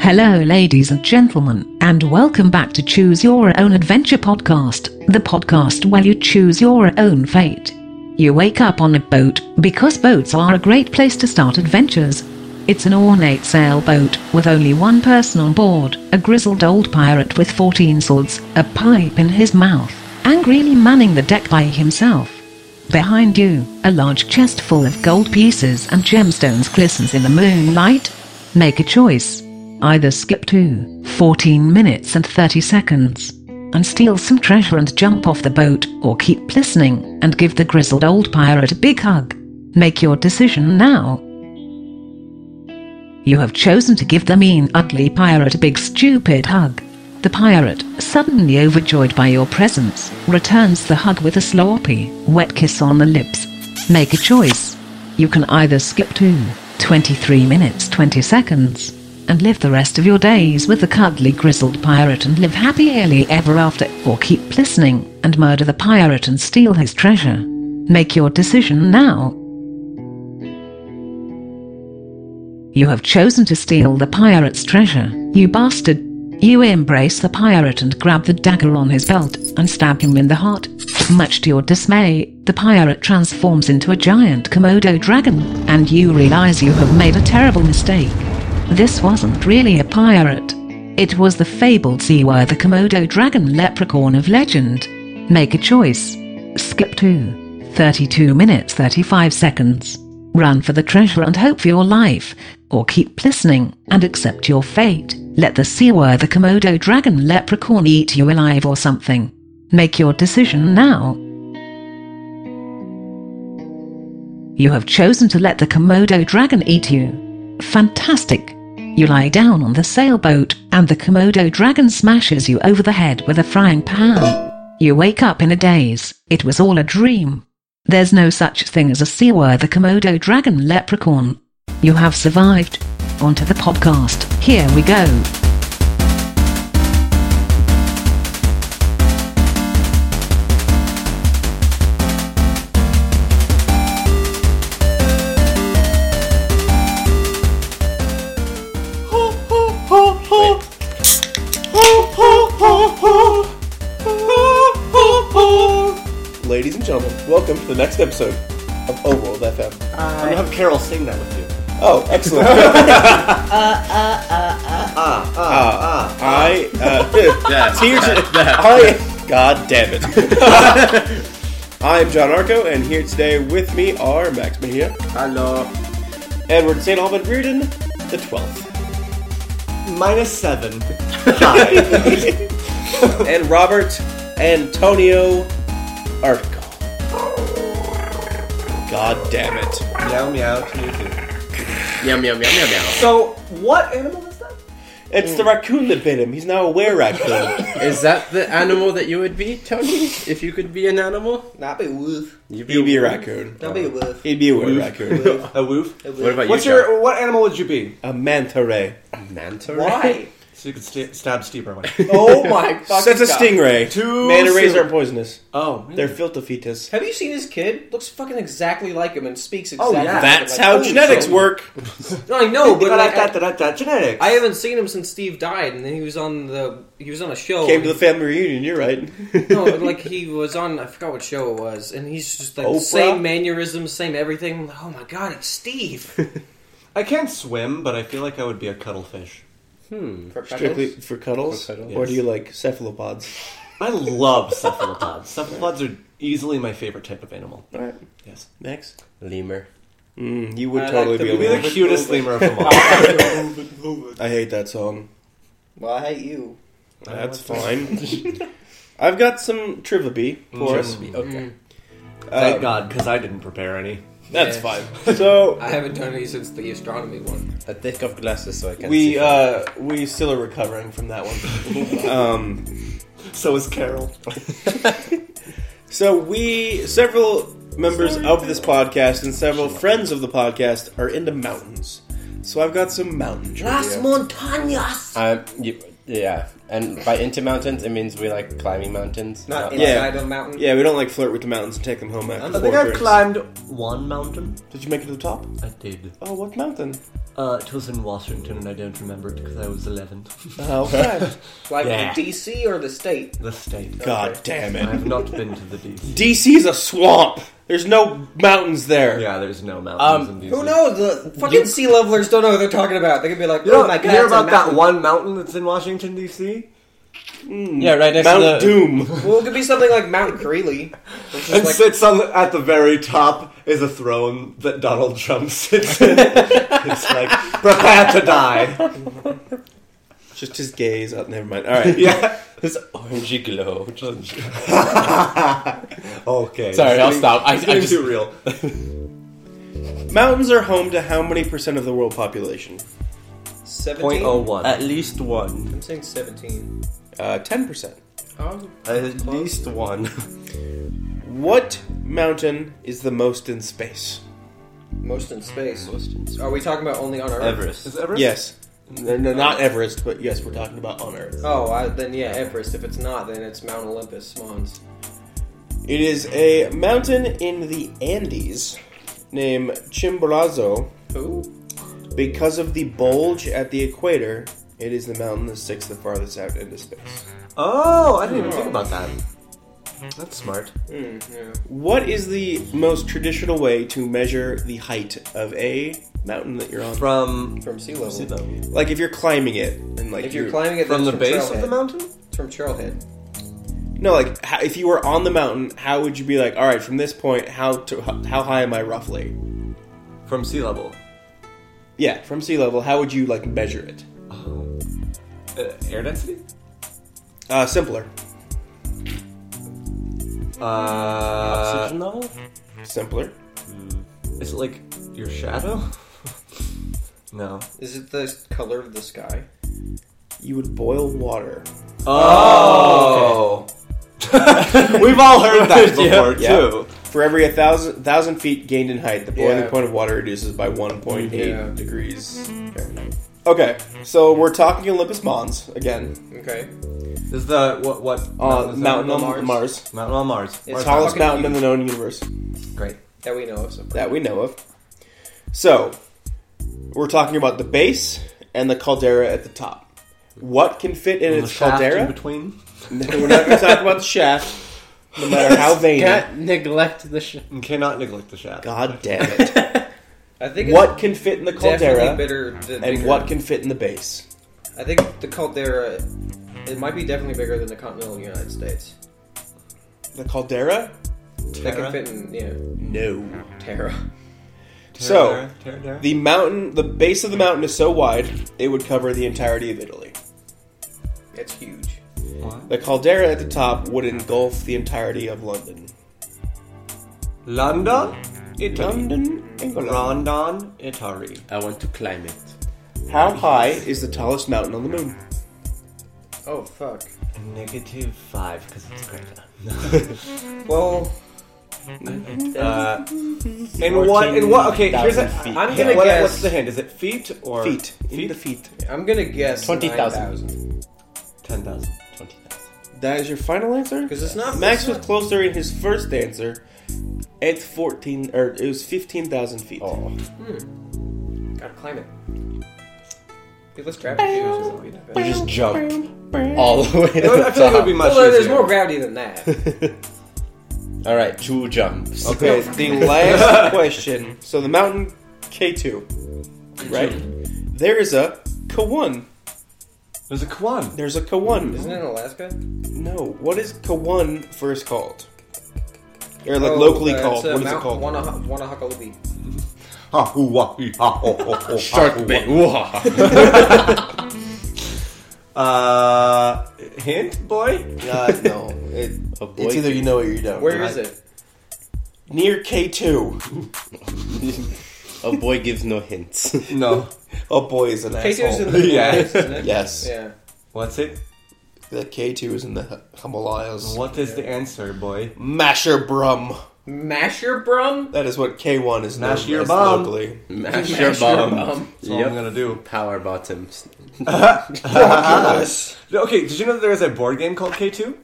Hello, ladies and gentlemen, and welcome back to Choose Your Own Adventure Podcast, the podcast where you choose your own fate. You wake up on a boat because boats are a great place to start adventures. It's an ornate sailboat with only one person on board, a grizzled old pirate with 14 swords, a pipe in his mouth, angrily manning the deck by himself. Behind you, a large chest full of gold pieces and gemstones glistens in the moonlight. Make a choice. Either skip to 14 minutes and 30 seconds and steal some treasure and jump off the boat, or keep listening and give the grizzled old pirate a big hug. Make your decision now. You have chosen to give the mean, ugly pirate a big, stupid hug. The pirate, suddenly overjoyed by your presence, returns the hug with a sloppy, wet kiss on the lips. Make a choice. You can either skip to 23 minutes 20 seconds and live the rest of your days with the cuddly grizzled pirate and live happily ever after, or keep listening and murder the pirate and steal his treasure. Make your decision now. You have chosen to steal the pirate's treasure, you bastard. You embrace the pirate and grab the dagger on his belt and stab him in the heart. Much to your dismay, the pirate transforms into a giant Komodo dragon, and you realize you have made a terrible mistake. This wasn't really a pirate. It was the fabled Siwa the Komodo dragon leprechaun of legend. Make a choice. Skip to 32 minutes 35 seconds. Run for the treasure and hope for your life, or keep listening and accept your fate. Let the Siwa the Komodo dragon leprechaun eat you alive or something. Make your decision now. You have chosen to let the Komodo dragon eat you. Fantastic! You lie down on the sailboat, and the Komodo dragon smashes you over the head with a frying pan. You wake up in a daze, it was all a dream. There's no such thing as a seaworthy the Komodo dragon leprechaun. You have survived. Onto the podcast, here we go. Ladies and gentlemen, welcome to the next episode of Overworld FM. I'm gonna have Carol sing that with you. Oh, excellent. Ah, I, uh, tears, I, God damn it. I'm John Arco, and here today with me are Max Mejia, Hello. Edward St. Alban Reardon, the 12th. Minus seven. Hi. and Robert Antonio Artico. God damn it. meow meow to you too. Yum yum yum yum yum. So, what animal is that? It's the raccoon that bit him. He's now a were raccoon. Is that the animal that you would be, Tony? If you could be an animal, Not be woof. you'd He'd be a raccoon. Not be woof. He'd be a were raccoon. A woof. What about What's you, your? What animal would you be? A manta ray. John? manta? So you could st- stab Steve Irwin. Oh my god. That's a stingray. Too Manta rays soon. aren't poisonous. Oh, They're filtofetus. Have you seen his kid? Looks fucking exactly like him and speaks Oh, exactly. yeah. like That's him. how Holy genetics shit. work. No, I know, but like, I, genetics. I haven't seen him since Steve died, and then he was on the he was on a show. Came to the family reunion, you're right. no, like he was on I forgot what show it was, and he's just like Oprah? same mannerisms, same everything. I'm like, oh my god, it's Steve. I can't swim, but I feel like I would be a cuttlefish. Strictly for cuddles? For cuddles. Or do you like cephalopods? I love cephalopods. cephalopods are easily my favorite type of animal. Alright, Yes. next. Lemur. Mm, you would I like totally the be a You'd be lemur. the cutest lemur of them all. I hate that song. well, I hate you. That's fine. I've got some trivia for us. Okay. Thank Um, God, because I didn't prepare any. That's Yeah. fine. So I haven't done any since the astronomy one. I take off glasses so I can see. we uh, we still are recovering from that one. um, So is Carol. So we, several members of this podcast and several friends of the podcast are into mountains. So I've got some mountain trivia. I'm, Um, you, yeah. And by into mountains, it means we like climbing mountains. Not Uh, in- Yeah, Inside a mountain? yeah. We don't like flirt with the mountains and take them home after I four think I drinks. climbed one mountain. Did you make it to the top? I did. Oh, what mountain? Uh, it was in Washington, and I don't remember it because I was 11. Oh, okay. Like Yeah. DC or the state? the state. God damn I have it! not been to the DC. DC is a swamp. There's no mountains there. Yeah, there's no mountains Um, in DC. Who knows? The fucking sea levelers don't know what they're talking about. They could be like, You know, oh my god, you hear it's a about that mountain." one mountain that's in Washington D.C. yeah, right next Mount to the Doom. Well, it could be something like Mount Greeley. Which It is like, sits on at the very top is a throne that Donald Trump sits in. it's like prepare to die. Just his gaze. Oh, never mind. All right. Yeah. this orangey glow. Just- Okay. Sorry, it's I'll getting- stop. I- it's I getting just- too real. Mountains are home to how many percent of the world population? 17? Point oh one. At least one. I'm saying 17. Uh, 10%. Oh. At least one. What mountain is the most in space? Most in space. Are we talking about only on Earth? Is Everest. Everest? Yes. No, no, not Everest, but yes, we're talking about on Earth. Oh, I, then yeah, Everest. If it's not, then it's Mount Olympus, Mons. It is a mountain in the Andes named Chimborazo. Who? Because of the bulge at the equator, it is the mountain that sticks the farthest out into space. Oh, I didn't even think about that. That's smart. Mm, yeah. What is the most traditional way to measure the height of a mountain that you're on? From From sea level. Like if you're climbing it, and like If you're climbing it, from then the it's base trailhead. of the mountain? It's from trailhead. No, like how, if you were on the mountain, how would you be like? All right, from this point, how to how high am I roughly? From sea level. Yeah, from sea level, how would you like measure it? Oh. Uh, air density? Uh, simpler, Uh, Oxygen level? simpler. Is it like your shadow? no. Is it the color of the sky? You would boil water. Oh. We've all heard that before Yeah, yeah. too. For every a thousand thousand feet gained in height, the boiling Yeah. point of water reduces by one point eight Yeah. degrees Fahrenheit. Okay, so we're talking Olympus Mons again. Okay. This is the what what Uh, is that? mountain on Mars. Mars? Mountain on Mars. Mars. Tallest Fucking mountain in huge. the known universe Great. That we know of. So far. that we know of. So, we're talking about the base and the caldera at the top. What can fit in The its shaft in caldera? between. No, we're not going to talk about the shaft, no matter how veiny. God, Can't neglect the sh- You cannot neglect the shaft. damn it. I think it's what can fit in the caldera definitely bitter than and bigger. what can fit in the base? I think the caldera. It might be definitely bigger than the continental United States. The caldera? That Terra? can fit in, yeah, No. Terra. So, Terra, Terra, the mountain, the base of the mountain is so wide, it would cover the entirety of Italy. It's huge. Terra. The caldera at the top would engulf the entirety of London. London, Italy. London, England. London, Italy. I want to climb it. How high is the tallest mountain on the moon? Oh fuck. Negative five because it's greater. Well, Uh, and what? And what? Okay, here's 14,000 a. feet. I'm Yeah. gonna What- guess. what's What's the the hint? Is it feet or Feet. In Feet. the feet. I'm gonna guess 20,000. 9,000. Ten thousand. 20,000. That is your final answer? 'Cause it's not Max it's was not- closer in his first answer. At fourteen, or it was fifteen thousand feet. Oh. Gotta climb it. Dude, let's grab it. oh. Although Just jump all the I way to the feel like it would be top. much there's easier. more gravity than that. All right, two jumps. Okay, the last question. So the mountain K two, right? There is a K1. There's a Kwan. There's a K1. Isn't it in Alaska? No, what is K1 first called? Or like Oh, locally uh, called? it's, uh, What is it Mount called? Wana- Wanahakalubi. Ha hoo wah hee ha ho ho ho. Shark bait. Uh, hint, boy. Uh, no, it- A boy it's either you know it or you don't. Where right? is it? Near K two. A boy gives no hints. No. Oh boy, is an K2 is in asshole. the Yeah. Himalayas, isn't it? Yes, Yeah. What's it? the K two is in the Himalayas. What is the answer, boy? Masher Brum. Masher Brum? That is what K1 is known Mash your as bum. locally. Mash Mash your your bum. bum. That's all I'm Yep. gonna do. Power bottoms. Yes. Okay, did you know that there is a board game called K2?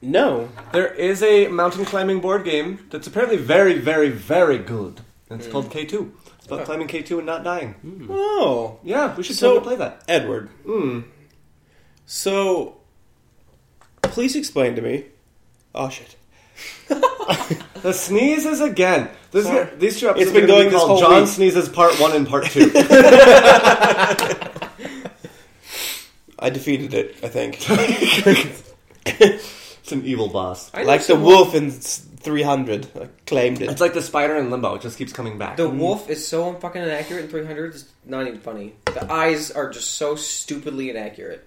No. There is a mountain climbing board game that's apparently very, very, very good. And it's called K2. It's about climbing K2 and not dying. Oh. Yeah, we should So- totally play that. Edward. Hmm. So, please explain to me. Oh shit! The sneezes again. This is, Sorry. these two episodes It's been are gonna going be this whole called John week. Sneezes Part 1 and Part 2. I defeated it. I think, it's an evil boss. I know like the someone- wolf in Three Hundred, I claimed it. It's like the spider in limbo. It just keeps coming back. Mm. The wolf is so fucking inaccurate in 300, it's not even funny. The eyes are just so stupidly inaccurate.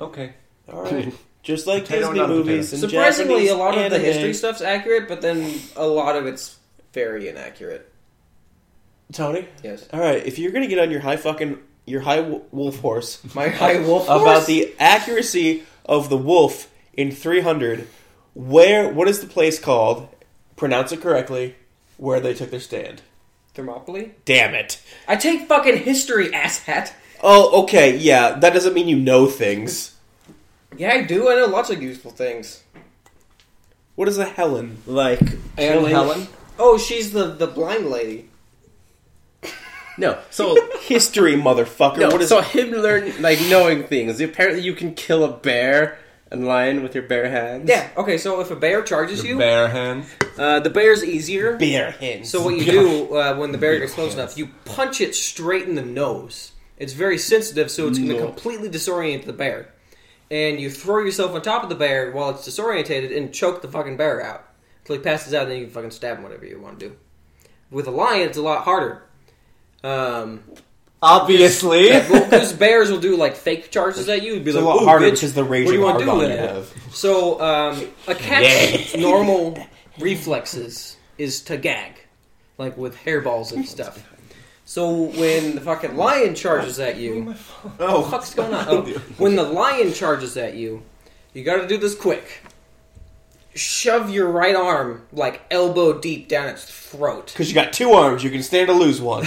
Okay. All right. Just like Potato, Disney not potato. movies and Surprisingly, Japanese a lot of the anime. history stuff's accurate, but then a lot of it's very inaccurate. Tony. Yes. All right, if you're gonna get on your high fucking your high wo- wolf horse My high wolf about horse? the accuracy of the wolf in 300, where what is the place called? Pronounce it correctly. Where they took their stand. Thermopylae? Damn it. I take fucking history, asshat. Oh, okay, yeah. That doesn't mean you know things. Yeah, I do. I know lots of useful things. What is a Helen like? And Helen? Oh, she's the the blind lady. No. So History, motherfucker. no. what is so him learn like knowing things. Apparently, you can kill a bear and lion with your bare hands. Yeah. Okay. So if a bear charges you, Bare hand. uh, the bear's easier. bear hands? So what you do uh, when the bear gets close enough, you punch it straight in the nose. It's very sensitive, so it's going to completely disorient the bear. And you throw yourself on top of the bear while it's disorientated and choke the fucking bear out until he passes out. And then you can fucking stab him, whatever you want to do. With a lion, it's a lot harder. Um, Obviously. because bears will do like fake charges at you. It'd be It's a like, lot "Ooh, harder bitch, because the rage What do you of want to do Argon with you it? have. So um, a cat's normal reflexes is to gag, like with hairballs and stuff. So when the fucking lion charges at you, what the fuck's going on? Oh, when the lion charges at you, you got to do this quick. Shove your right arm like elbow deep down its throat. Because you got two arms, you can stand to lose one.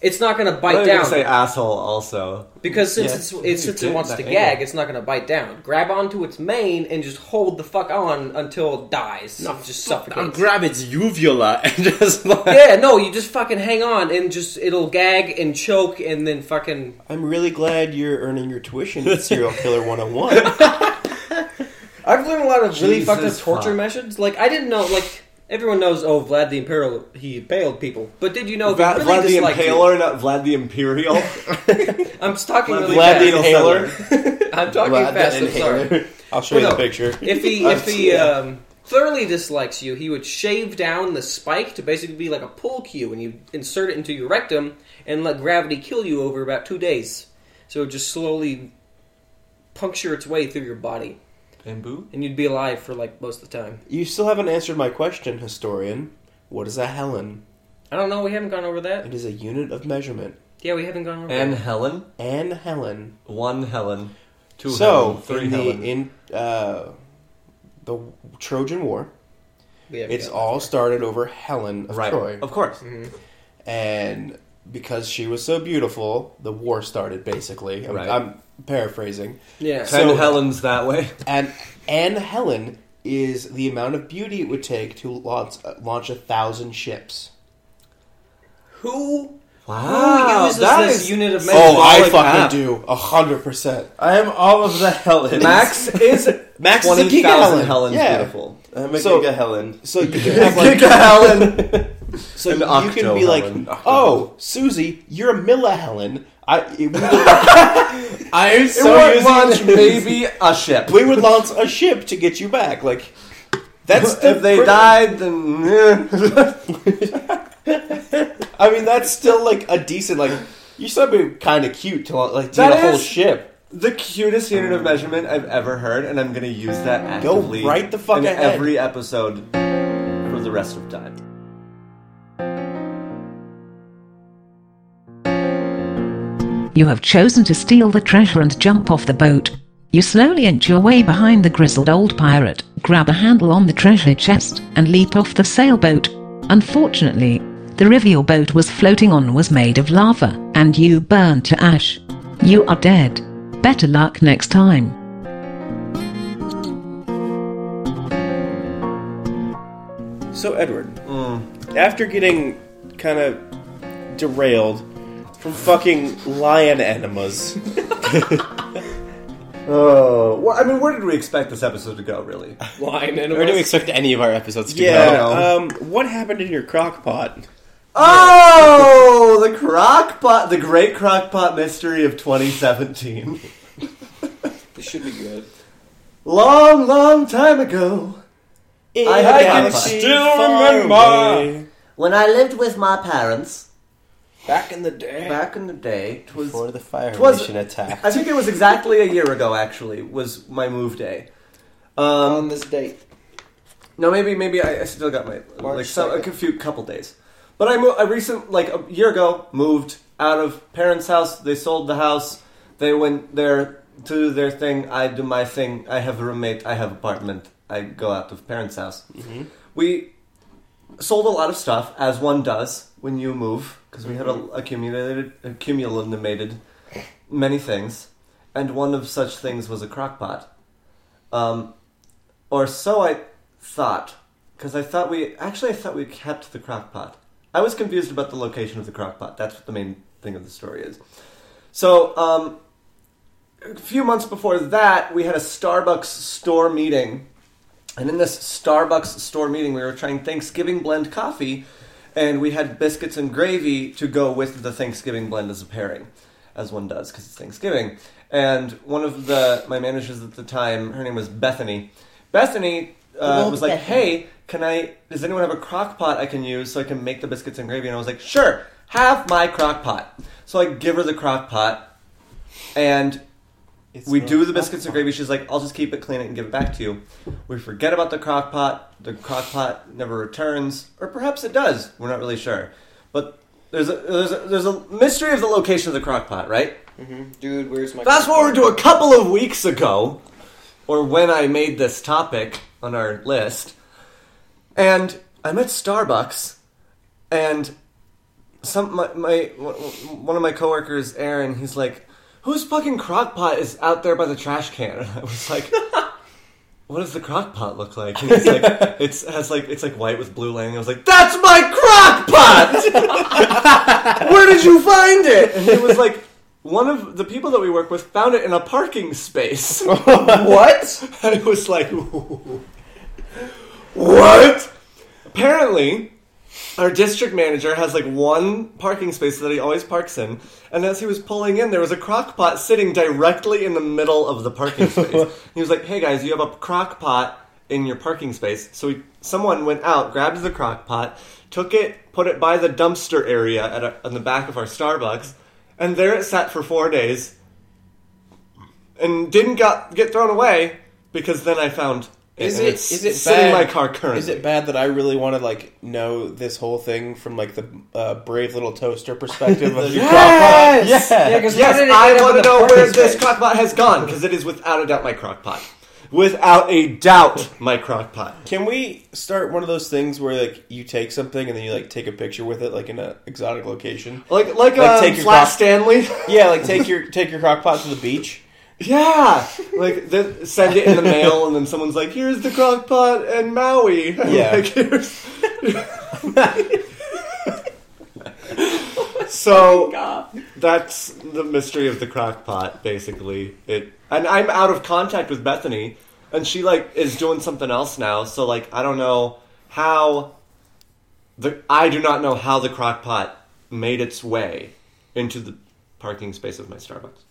It's not going to I bite was gonna down. say asshole also. Because since Yeah. it's, it since it did wants that to angle. gag, it's not going to bite down. Grab onto its mane and just hold the fuck on until it dies. just I'll suffocates. grab its uvula and just like yeah, no, you just fucking hang on and just it'll gag and choke and then fucking. I'm really glad you're earning your tuition at Serial Killer 101. I've learned a lot of really fucked up Jesus torture fuck. methods. Like I didn't know. Like everyone knows, oh Vlad the Imperial, he impaled people. But did you know Vlad, that really Vlad the disliked you? Impaler, not Vlad the Imperial. I'm talking really Vlad the fast. Inhaler. I'm talking fast. I'm sorry. I'll show Well, you no. the picture. if he if he um, thoroughly dislikes you, he would shave down the spike to basically be like a pull cue, and you insert it into your rectum and let gravity kill you over about two days. So it just slowly puncture its way through your body, Bamboo? and you'd be alive for like most of the time. You still haven't answered my question, historian. What is a Helen? I don't know. We haven't gone over that. It is a unit of measurement. Yeah, we haven't gone over. And that. Helen. An Helen. One Helen. Two so, Helen. Three in Helen. the in uh, the Trojan War, We haven't It's gone. all started over Helen of right. Troy. Of course. Mm-hmm. And because she was so beautiful, the war started basically. I'm, Right. I'm paraphrasing. Yeah. So- Ten Helens that way. And and Helen is the amount of beauty it would take to launch uh, launch a thousand ships. Who? Wow, Who uses that this is- unit of Oh, measurement? Oh, I Symbolic fucking map. do a hundred percent. I am all of the Helens. Max is Max is a twenty thousand gigahelen. Helens Yeah. beautiful. I'm a So- Giga Helen. So you can have like, Gigahelen. so An you can be octo like, Helen. oh, Susie, you're a Milla Helen. I it, we would I am it so would using launch maybe a ship. we would launch a ship to get you back. Like that's the if they fir- died, then eh. I mean, that's still like a decent like. You still be kind of cute to like do That the whole is- ship. the cutest unit of measurement I've ever heard, and I'm gonna use that Go actively right the fuck in ahead. every episode for the rest of time. You have chosen to steal the treasure and jump off the boat. You slowly inch your way behind the grizzled old pirate, grab a handle on the treasure chest, and leap off the sailboat. Unfortunately, the river your boat was floating on was made of lava, and you burned to ash. You are dead. Better luck next time. So, Edward, Mm. after getting kind of derailed from fucking lion enemas, Oh, well, I mean, where did we expect this episode to go, really? Line Where do we enemas. expect any of our episodes to yeah, No. um, what happened in your crock pot? Oh, the crockpot, the great crockpot mystery of 2017. go? Should be good. Long, long time ago, I had a can crockpot. still remember. When I lived with my parents Back in the day. back in the day, it was Before the Fire Twas- Nation attack. I think it was exactly a year ago. Actually, was my move day. Um, On this date. no, maybe maybe I, I still got my like some, a few couple days, but I mo- I recent like a year ago moved out of parents' house. They sold the house. They went there to do their thing. I do my thing. I have a roommate. I have apartment. I go out of parents' house. We sold a lot of stuff as one does when you move because we had a, accumulated accumulated many things and one of such things was a crock pot um, or so i thought because i thought we actually i thought we kept the crock pot i was confused about the location of the crock pot that's what the main thing of the story is so um, a few months before that we had a starbucks store meeting and in this Starbucks store meeting, we were trying Thanksgiving blend coffee, and we had biscuits and gravy to go with the Thanksgiving blend as a pairing, as one does because it's Thanksgiving. And one of the my managers at the time, her name was Bethany. Bethany uh, was like, "Hey, can I? Does anyone have a crock pot I can use so I can make the biscuits and gravy?" And I was like, "Sure, have my crock pot." So I give her the crock pot, and we do the biscuits and gravy. She's like, I'll just keep it, clean it, and give it back to you. We forget about the crock pot. The crock pot never returns, or perhaps it does. We're not really sure. But there's a there's a, there's a mystery of the location of the crock pot, right? Dude, where's my. Fast forward to a couple of weeks ago, or when I made this topic on our list, and I'm at Starbucks, and some my, my one of my coworkers, Aaron, he's like, "Whose fucking crock pot is out there by the trash can?" And I was like. What does the crock pot look like? And he's like, it's has like it's like white with blue lining. I was like, that's my crock pot. Where did you find it? And it was like, one of the people that we work with found it in a parking space. what? And it was like, what? Apparently, our district manager has like one parking space that he always parks in, and as he was pulling in, there was a crock pot sitting directly in the middle of the parking space. he was like, hey guys, you have a crock pot in your parking space. So he, someone went out, grabbed the crock pot, took it, put it by the dumpster area at a, on the back of our Starbucks, and there it sat for four days and didn't got, get thrown away because then I found it. Is and it- it's is it sitting in bad- my car currently. Is it bad that I really want to like know this whole thing from like the uh, brave little toaster perspective of your crock pot? Yes! Yeah, because Yes, I want to know where this crockpot has gone because it is without a doubt my crockpot. Without a doubt, my crockpot. Can we start one of those things where like you take something and then you like take a picture with it like in an exotic location? Like like, Like, um, take your Flat crock- Stanley. Yeah, like take your take your crock pot to the beach. yeah, like th- send it in the mail, and then someone's like, "Here's the crockpot and Maui." Yeah. Like, here's- so that's the mystery of the crockpot. Basically, it and I'm out of contact with Bethany, and she like is doing something else now. So like I don't know how the I do not know how the crockpot made its way into the parking space of my Starbucks.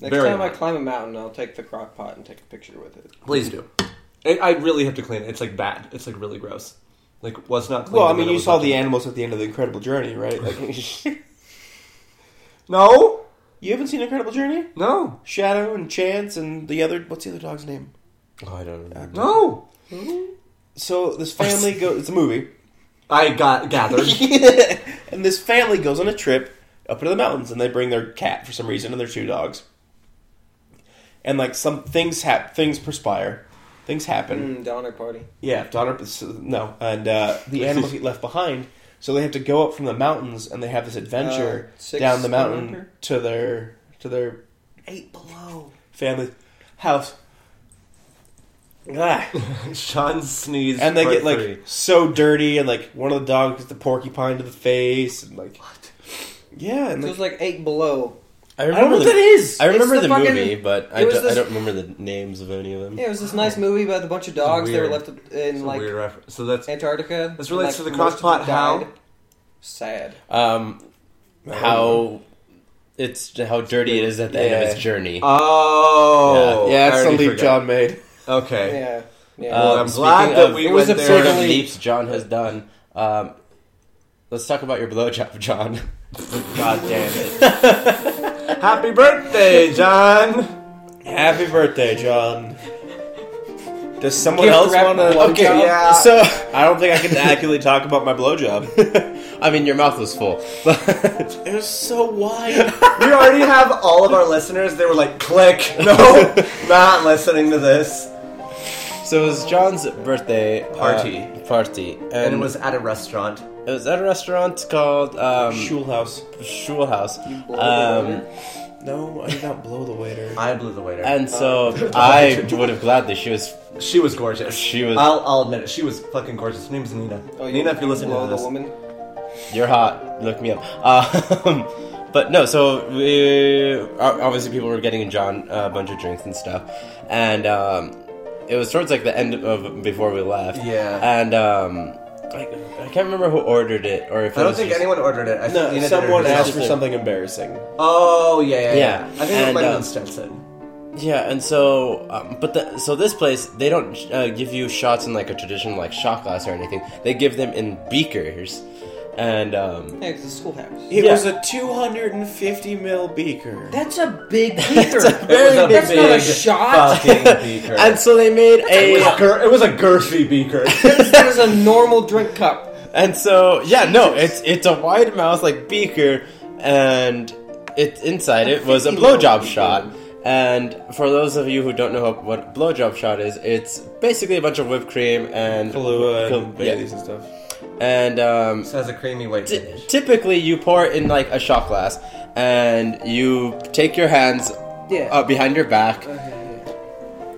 Next Very time I nice. climb a mountain, I'll take the crock pot and take a picture with it. Please do. I I really have to clean it. It's like bad. It's like really gross. Like was not clean. Well, I mean, you saw the animals at the end of the Incredible Journey, right? Like, No, you haven't seen Incredible Journey? no, Shadow and Chance and the other what's the other dog's name? Oh, I don't remember. no. So this family goes. It's a movie, I got gathered. and this family goes on a trip up into the mountains, and they bring their cat for some reason and their two dogs. And like some things hap- things perspire, Things happen. Mm, Donner Party. Yeah, Donner. so- No, and uh, the animals get left behind, so they have to go up from the mountains, and they have this adventure Uh, six down the or mountain under? to their to their Eight below. family house. Ah. Sean sneezed. and they for get like free. so dirty, and like one of the dogs gets the porcupine to the face, and like yeah, and So like, it was like eight below. I I don't know remember what the, that is. I remember It's the, the fucking- movie, but I, it was do, this- I don't remember the names of any of them. Yeah, it was this nice movie about a bunch of dogs that were Weird. left in It's a like weird reference. So that's Antarctica. This relates to the most of crockpot them how? died. Sad. Um, how it's how dirty it is at the end of Yeah. its Uh, journey. oh yeah, I that's the already leap forgot. John made. Okay, Yeah. Yeah. Um, I'm glad speaking that of we it was went absurd there. leaps John has done. Um, let's talk about your blowjob, John. God damn it! happy birthday, John. Happy birthday, John. Does someone Gift else wrap want to? blowjob? Okay, Yeah. so I don't think I can accurately talk about my blowjob. I mean, your mouth was full. But It was so wide. We already have all of our listeners. They were like, click. No, not listening to this. so it was John's birthday uh, Party. party, and, And it was at a restaurant. it was at a restaurant called um, Schulhouse. Schulhouse. blowed Um, No, I did not blow the waiter. I blew the waiter. and so I would have gladly she was she was gorgeous. She was- I'll, I'll admit it. She was fucking gorgeous. Her name's Nina. Oh, Nina, if you're listening below to this, the woman. You're hot. Look me up. Um, but no, so we, o- obviously people were getting John a bunch of drinks and stuff, and um, it was towards like the end of before we left. Yeah. And um, I, I can't remember who ordered it or if it I don't was think just- anyone ordered it. I think No, Nina did it someone herself. asked for something embarrassing. Oh yeah, yeah, Yeah, yeah. I think and, it might have um, been Stetson. Yeah, and so um, but the, so this place they don't uh, give you shots in like a traditional like shot glass or anything. They give them in beakers, and um, Yeah, 'cause it's a schoolhouse. It Yeah. was a 250 mil beaker. That's a big beaker. very It was That's not a shot. Fucking beaker. and so they made it, a. was a gur- it was a girthy beaker. that is a normal drink cup. And so, yeah, no, it's it's a wide mouth like beaker, and it inside it was a blowjob shot. And for those of you who don't know what a blowjob shot is, it's basically a bunch of whipped cream and Kahlua Kal- and yeah. Baileys and stuff. and um, This has a creamy white t- finish. typically you pour it in like a shot glass, and you take your hands Yeah. up behind your back.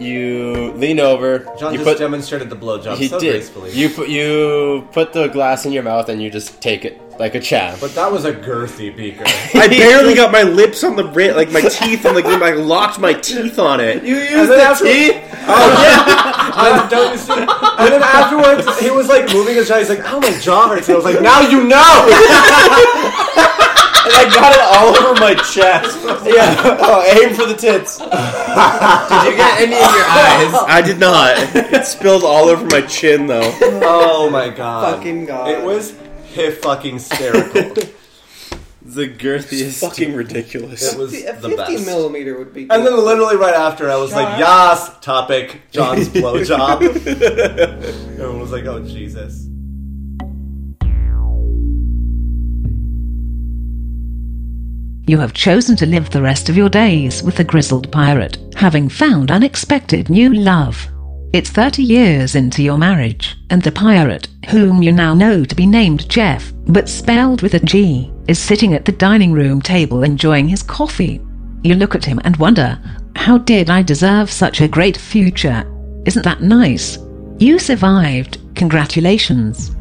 You lean over. John you just demonstrated the blowjob he so did. gracefully. You put you put the glass in your mouth and you just take it like a champ. but that was a girthy beaker. I barely got my lips on the ri like my teeth on the grim. I locked my teeth on it. You And used then after- teeth? I don't see. And then afterwards, he was like moving his jaw. He's like, "Oh, my jaw hurts." And I was like, "Now you know." And I got it all over my chest. Yeah. Oh, aim for the tits. Did you get any in your eyes? I did not. It spilled all over my chin though. oh my god! Fucking God. It was hi fucking hysterical. The girthiest. Fucking ridiculous. It was a the 50 best. millimeter would be. Good. And then literally right after, I was like, "Yas, topic John's blowjob." Everyone was like, "Oh Jesus." You have chosen to live the rest of your days with the grizzled pirate, having found unexpected new love. It's 30 years into your marriage, and the pirate, whom you now know to be named Jeff, but spelled with a G, is sitting at the dining room table enjoying his coffee. You look at him and wonder, how did I deserve such a great future? Isn't that nice? You survived. Congratulations.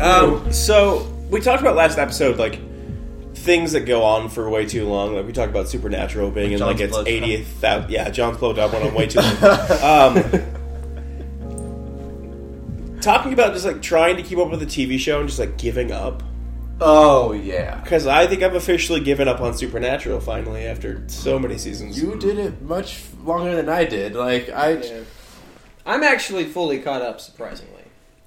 Um, so we talked about last episode, like things that go on for way too long. Like we talked about Supernatural being in like its John's blowjob. eightieth. Yeah, John's blowjob went on way too long. Um, talking about just like trying to keep up with the TV show and just like giving up. Oh yeah. Because I think I've officially given up on Supernatural finally after so many seasons. You did it much longer than I did. Like I. Yeah. I'm actually fully caught up, surprisingly.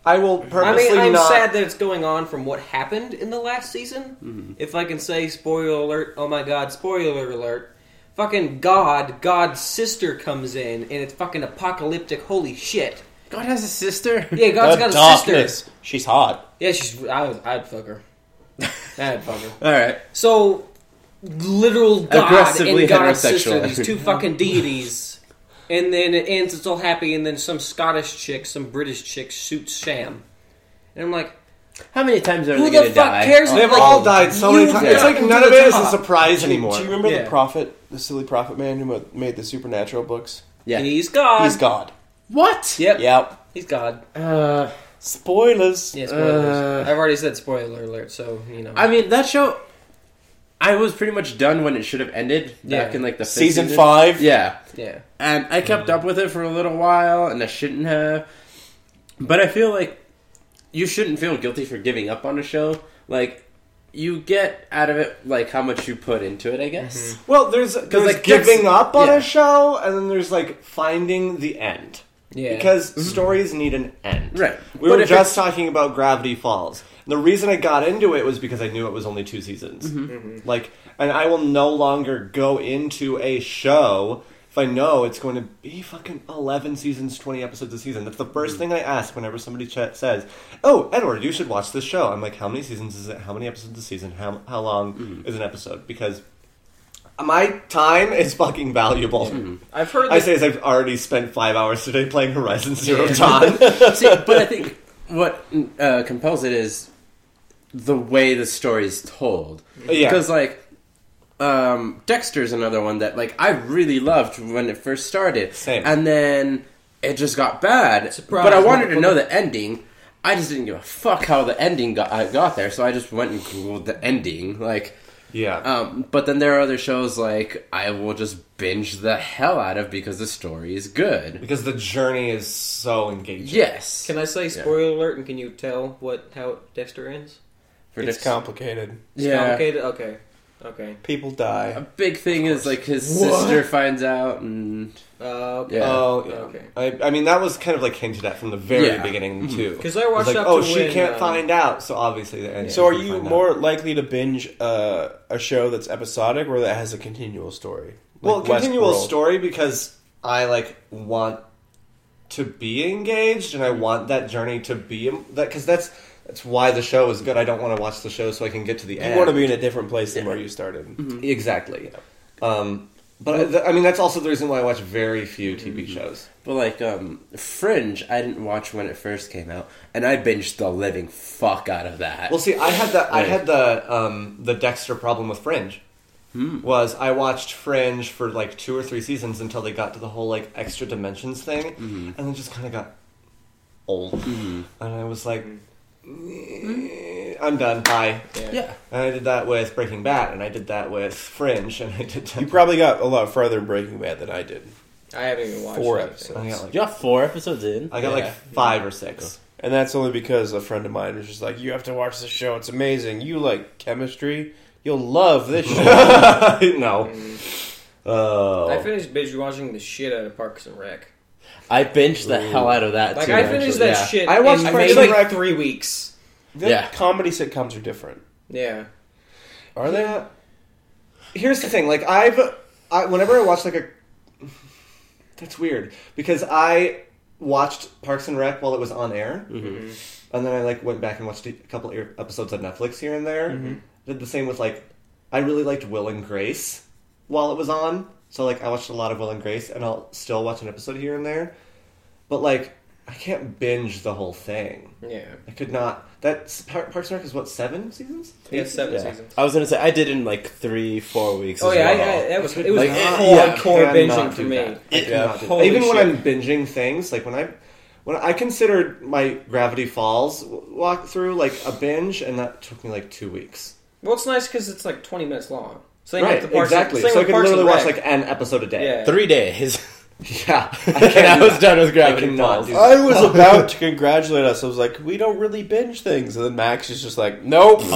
I will I purposely mean, I'm not. sad that it's going on from what happened in the last season. Mm-hmm. If I can say spoiler alert, oh my god, spoiler alert. Fucking God, God's sister comes in, and it's fucking apocalyptic. Holy shit! God has a sister. Yeah, God's The got a sister. darkness. She's hot. Yeah, she's. I would, I'd fuck her. I'd fuck her. All right. So literal god Aggressively and heterosexual. god sister, these two fucking deities. And then it ends, it's all happy, and then some Scottish chick, some British chick shoots Sham. And I'm like, How many times are they Who the gonna fuck die? Oh, cares? They've Like, all died so you many times. It's got like to none the of it is a top. surprise anymore. Do you remember Yeah. the prophet, the silly prophet man who made the supernatural books? Yeah. he's God. He's God. What? Yep. Yep. He's God. Uh, Spoilers. Yeah, Uh, spoilers. I've already said spoiler alert, so, you know. I mean, that show. I was pretty much done when it should have ended back Yeah. in like the fifth Season five. Yeah, yeah. and I kept up with it for a little while, and I shouldn't have. But I feel like you shouldn't feel guilty for giving up on a show. Like you get out of it like how much you put into it, I guess. Well, there's, there's like, giving Dixie- up on yeah. a show, and then there's like finding the end. Yeah. Because stories need an end. Mm-hmm. Right. We But were if it's- just talking about Gravity Falls. And the reason I got into it was because I knew it was only two seasons. Mm-hmm. Like, and I will no longer go into a show if I know it's going to be fucking 11 seasons, 20 episodes a season. That's the 1st Mm. thing I ask whenever somebody ch- says, Oh, Edward, you should watch this show. I'm like, How many seasons is it? How many episodes a season? How, how long Mm. is an episode? Because my time is fucking valuable. I've heard I that say as I've already spent five hours today playing Horizon Zero Dawn. See, but I think what uh, compels it is the way the story is told. Yeah. Because like um, Dexter's another one that like I really loved when it first started. Same. And then it just got bad. Surprise, but I wanted to motherfucker. know the ending. I just didn't give a fuck how the ending got I got there, so I just went and googled the ending. Like, yeah. um, but then there are other shows like I will just binge the hell out of because the story is good. because the journey is so engaging. Yes, Can I say spoiler alert and can you tell what how Dexter ends? For It's Dex- complicated. It's yeah. complicated? Okay. Okay. People A die. big thing is like his sister finds out, and Uh, okay. Yeah. Oh, yeah. Okay. I, I mean, that was kind of like hinted at from the very Yeah. beginning too. 'Cause I It was watched like, up oh, to she when, can't um, find out, so obviously the end. So are she you can't find more out. likely to binge uh, a show that's episodic or that has a continual story? well Like continual Westworld. story because I like want to be engaged and I Mm-hmm. want that journey to be em- that because that's that's why the show is good. I don't want to watch the show so I can get to the end. You want to be in a different place than where you started. Mm-hmm. Exactly. Um, but I, I mean, that's also the reason why I watch very few TV Mm-hmm. shows. but like um, Fringe, I didn't watch when it first came out, and I binged the living fuck out of that. Well, see, I had the I Right. had the um, the Dexter problem with Fringe. Hmm. Was I watched Fringe for like two or three seasons until they got to the whole like extra dimensions thing, Mm-hmm. and then just kind of got old, and I was like, "Eh, I'm done. Bye. yeah, And I did that with Breaking Bad, and I did that with Fringe, and I did that. You probably got a lot further in Breaking Bad than I did. I haven't even watched Four it. I got episodes. like, you got four episodes in. I got like five or six. And that's only because a friend of mine was just like, "You have to watch this show. It's amazing. You like chemistry. You'll love this show." no. Oh. I finished binge watching the shit out of Parks and Rec. I binged the hell out of that. Like too, I actually, finished that yeah. shit. I watched in Parks maybe and like Rec. three weeks. Mm-hmm. Yeah. Comedy sitcoms are different. Yeah. Are they? Here's the thing, like I've, I, whenever I watch like a, that's weird because I watched Parks and Rec while it was on air, and then I like went back and watched a couple ear- episodes on Netflix here and there. Did the same with like, I really liked Will and Grace while it was on, so like I watched a lot of Will and Grace, and I'll still watch an episode here and there, but like I can't binge the whole thing. Yeah. I could not. That's Par- Parks and Rec is what seven seasons? He had seven Yeah. seasons. I was gonna say I did in like three, four weeks. Oh as yeah, I, I, well. that was it was Like, yeah, hardcore binging for me. Yeah. Holy Even when shit. I'm binging things, like when I when I considered my Gravity Falls walkthrough like a binge, and that took me like two weeks. Well, it's nice because it's like twenty minutes long. Same Right, with the Parks exactly. Same So I with could Parks literally and watch Rec. like an episode a day. yeah. three days. Yeah, I, can't and I do was that. done with Gravity cannot Falls. do that. I was about to congratulate us. I was like, "We don't really binge things," and then Max is just like, "Nope." Oh no!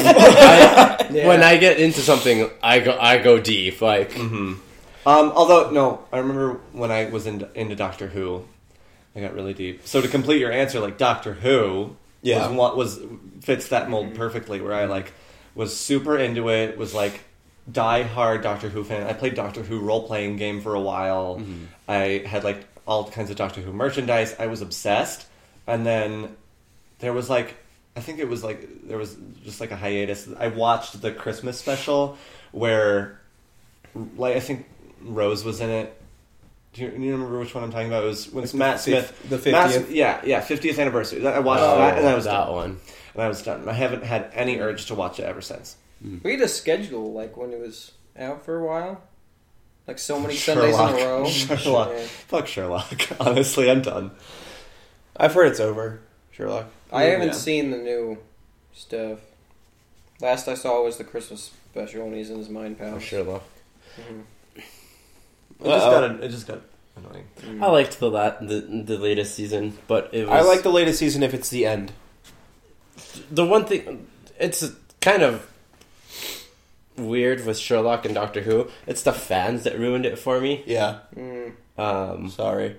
I, Yeah. When I get into something, I go I go deep. Like Um, although no, I remember when I was in, into Doctor Who, I got really deep. So to complete your answer, like Doctor Who, Yeah. was what was fits that mold perfectly. Where I like was super into it, was like die hard Doctor Who fan. I played Doctor Who role playing game for a while. I had like all kinds of Doctor Who merchandise. I was obsessed, and then there was like I think it was like there was just like a hiatus. I watched the Christmas special where like I think Rose was in it. Do you, do you remember which one I'm talking about? It was when Matt Smith, fif- the Matt 50th? Smith- yeah, yeah, fiftieth anniversary. That- I watched Oh, that and I was that done. one. And I was done. I haven't had any urge to watch it ever since. We had a schedule like when it was out for a while, like so many Sundays in a row. Sherlock. Sherlock. Yeah. Fuck Sherlock. Honestly, I'm done. I've heard it's over, Sherlock. I haven't Yeah. seen the new stuff. Last I saw was the Christmas special, and he's in his mind Oh, Mm-hmm. palace. Sherlock. It just Uh-oh. got it just got annoying. I liked the, la- the the latest season, but it was I like the latest season if it's the end. the one thing it's kind of weird with Sherlock and Doctor Who. It's the fans that ruined it for me. Yeah. Um, Sorry.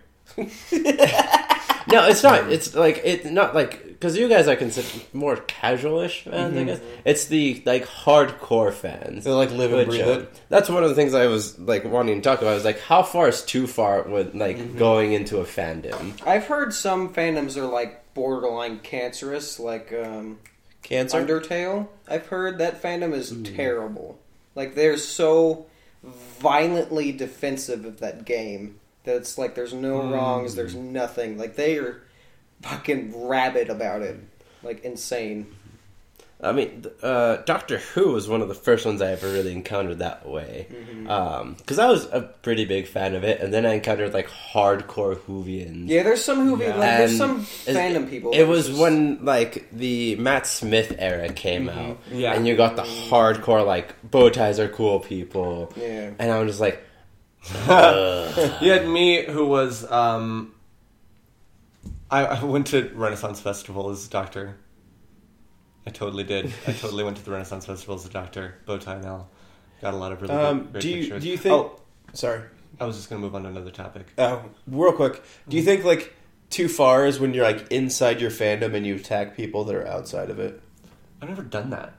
no, it's not. It's like it not like because you guys are considered more casualish fans. I guess it's the like hardcore fans. They're like live and Which, breathe uh, it. that's one of the things I was like wanting to talk about. I was like, how far is too far with like going into a fandom? I've heard some fandoms are like borderline cancerous, like um, Cancer. Undertale. I've heard that fandom is terrible. Like they're so violently defensive of that game that it's like there's no wrongs, there's nothing. Like they are fucking rabid about it, like insane. I mean, th- uh, Doctor Who was one of the first ones I ever really encountered that way. Because I was a pretty big fan of it, and then I encountered like hardcore Whovians. Yeah, there's some who be like there's And some it- fandom people. It that was just- when like the Matt Smith era came out, Mm-hmm. Yeah. and you got the hardcore like bow ties are cool people. Yeah. and I'm just like, You had me, who was um, I, I went to Renaissance Festival as a doctor. I totally did. I totally went to the Renaissance Festival as a doctor. Bowtie and all. Got a lot of really Um, great, great do you pictures. do you think? Oh, sorry. I was just gonna move on to another topic. Oh, real quick. Do you think like too far is when you're like inside your fandom and you attack people that are outside of it? I've never done that.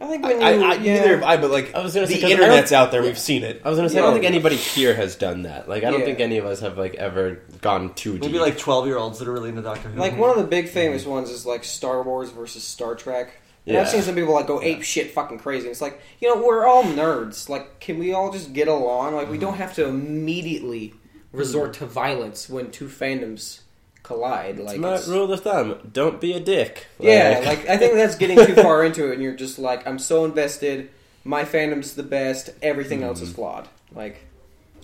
I think I, when you, I, I yeah. neither have I, but like I was gonna say, the 'cause I internet's don't- out there. We've seen it. I was gonna say, I Yeah. don't think anybody here has done that. Like, I don't Yeah. think any of us have like ever gone too deep. Maybe like twelve year olds that are really into Doctor Who. Like one of the big famous ones is like Star Wars versus Star Trek. And I've Yeah. seen some people like go ape shit fucking crazy. And it's like, you know, we're all nerds. Like, can we all just get along? Like, we don't have to immediately resort to violence when two fandoms collide. Like, my it's- Uh, rule of thumb: don't be a dick. yeah, like I think that's getting too far into it, and you're just like, I'm so invested. My fandom's the best. Everything else is flawed. Like,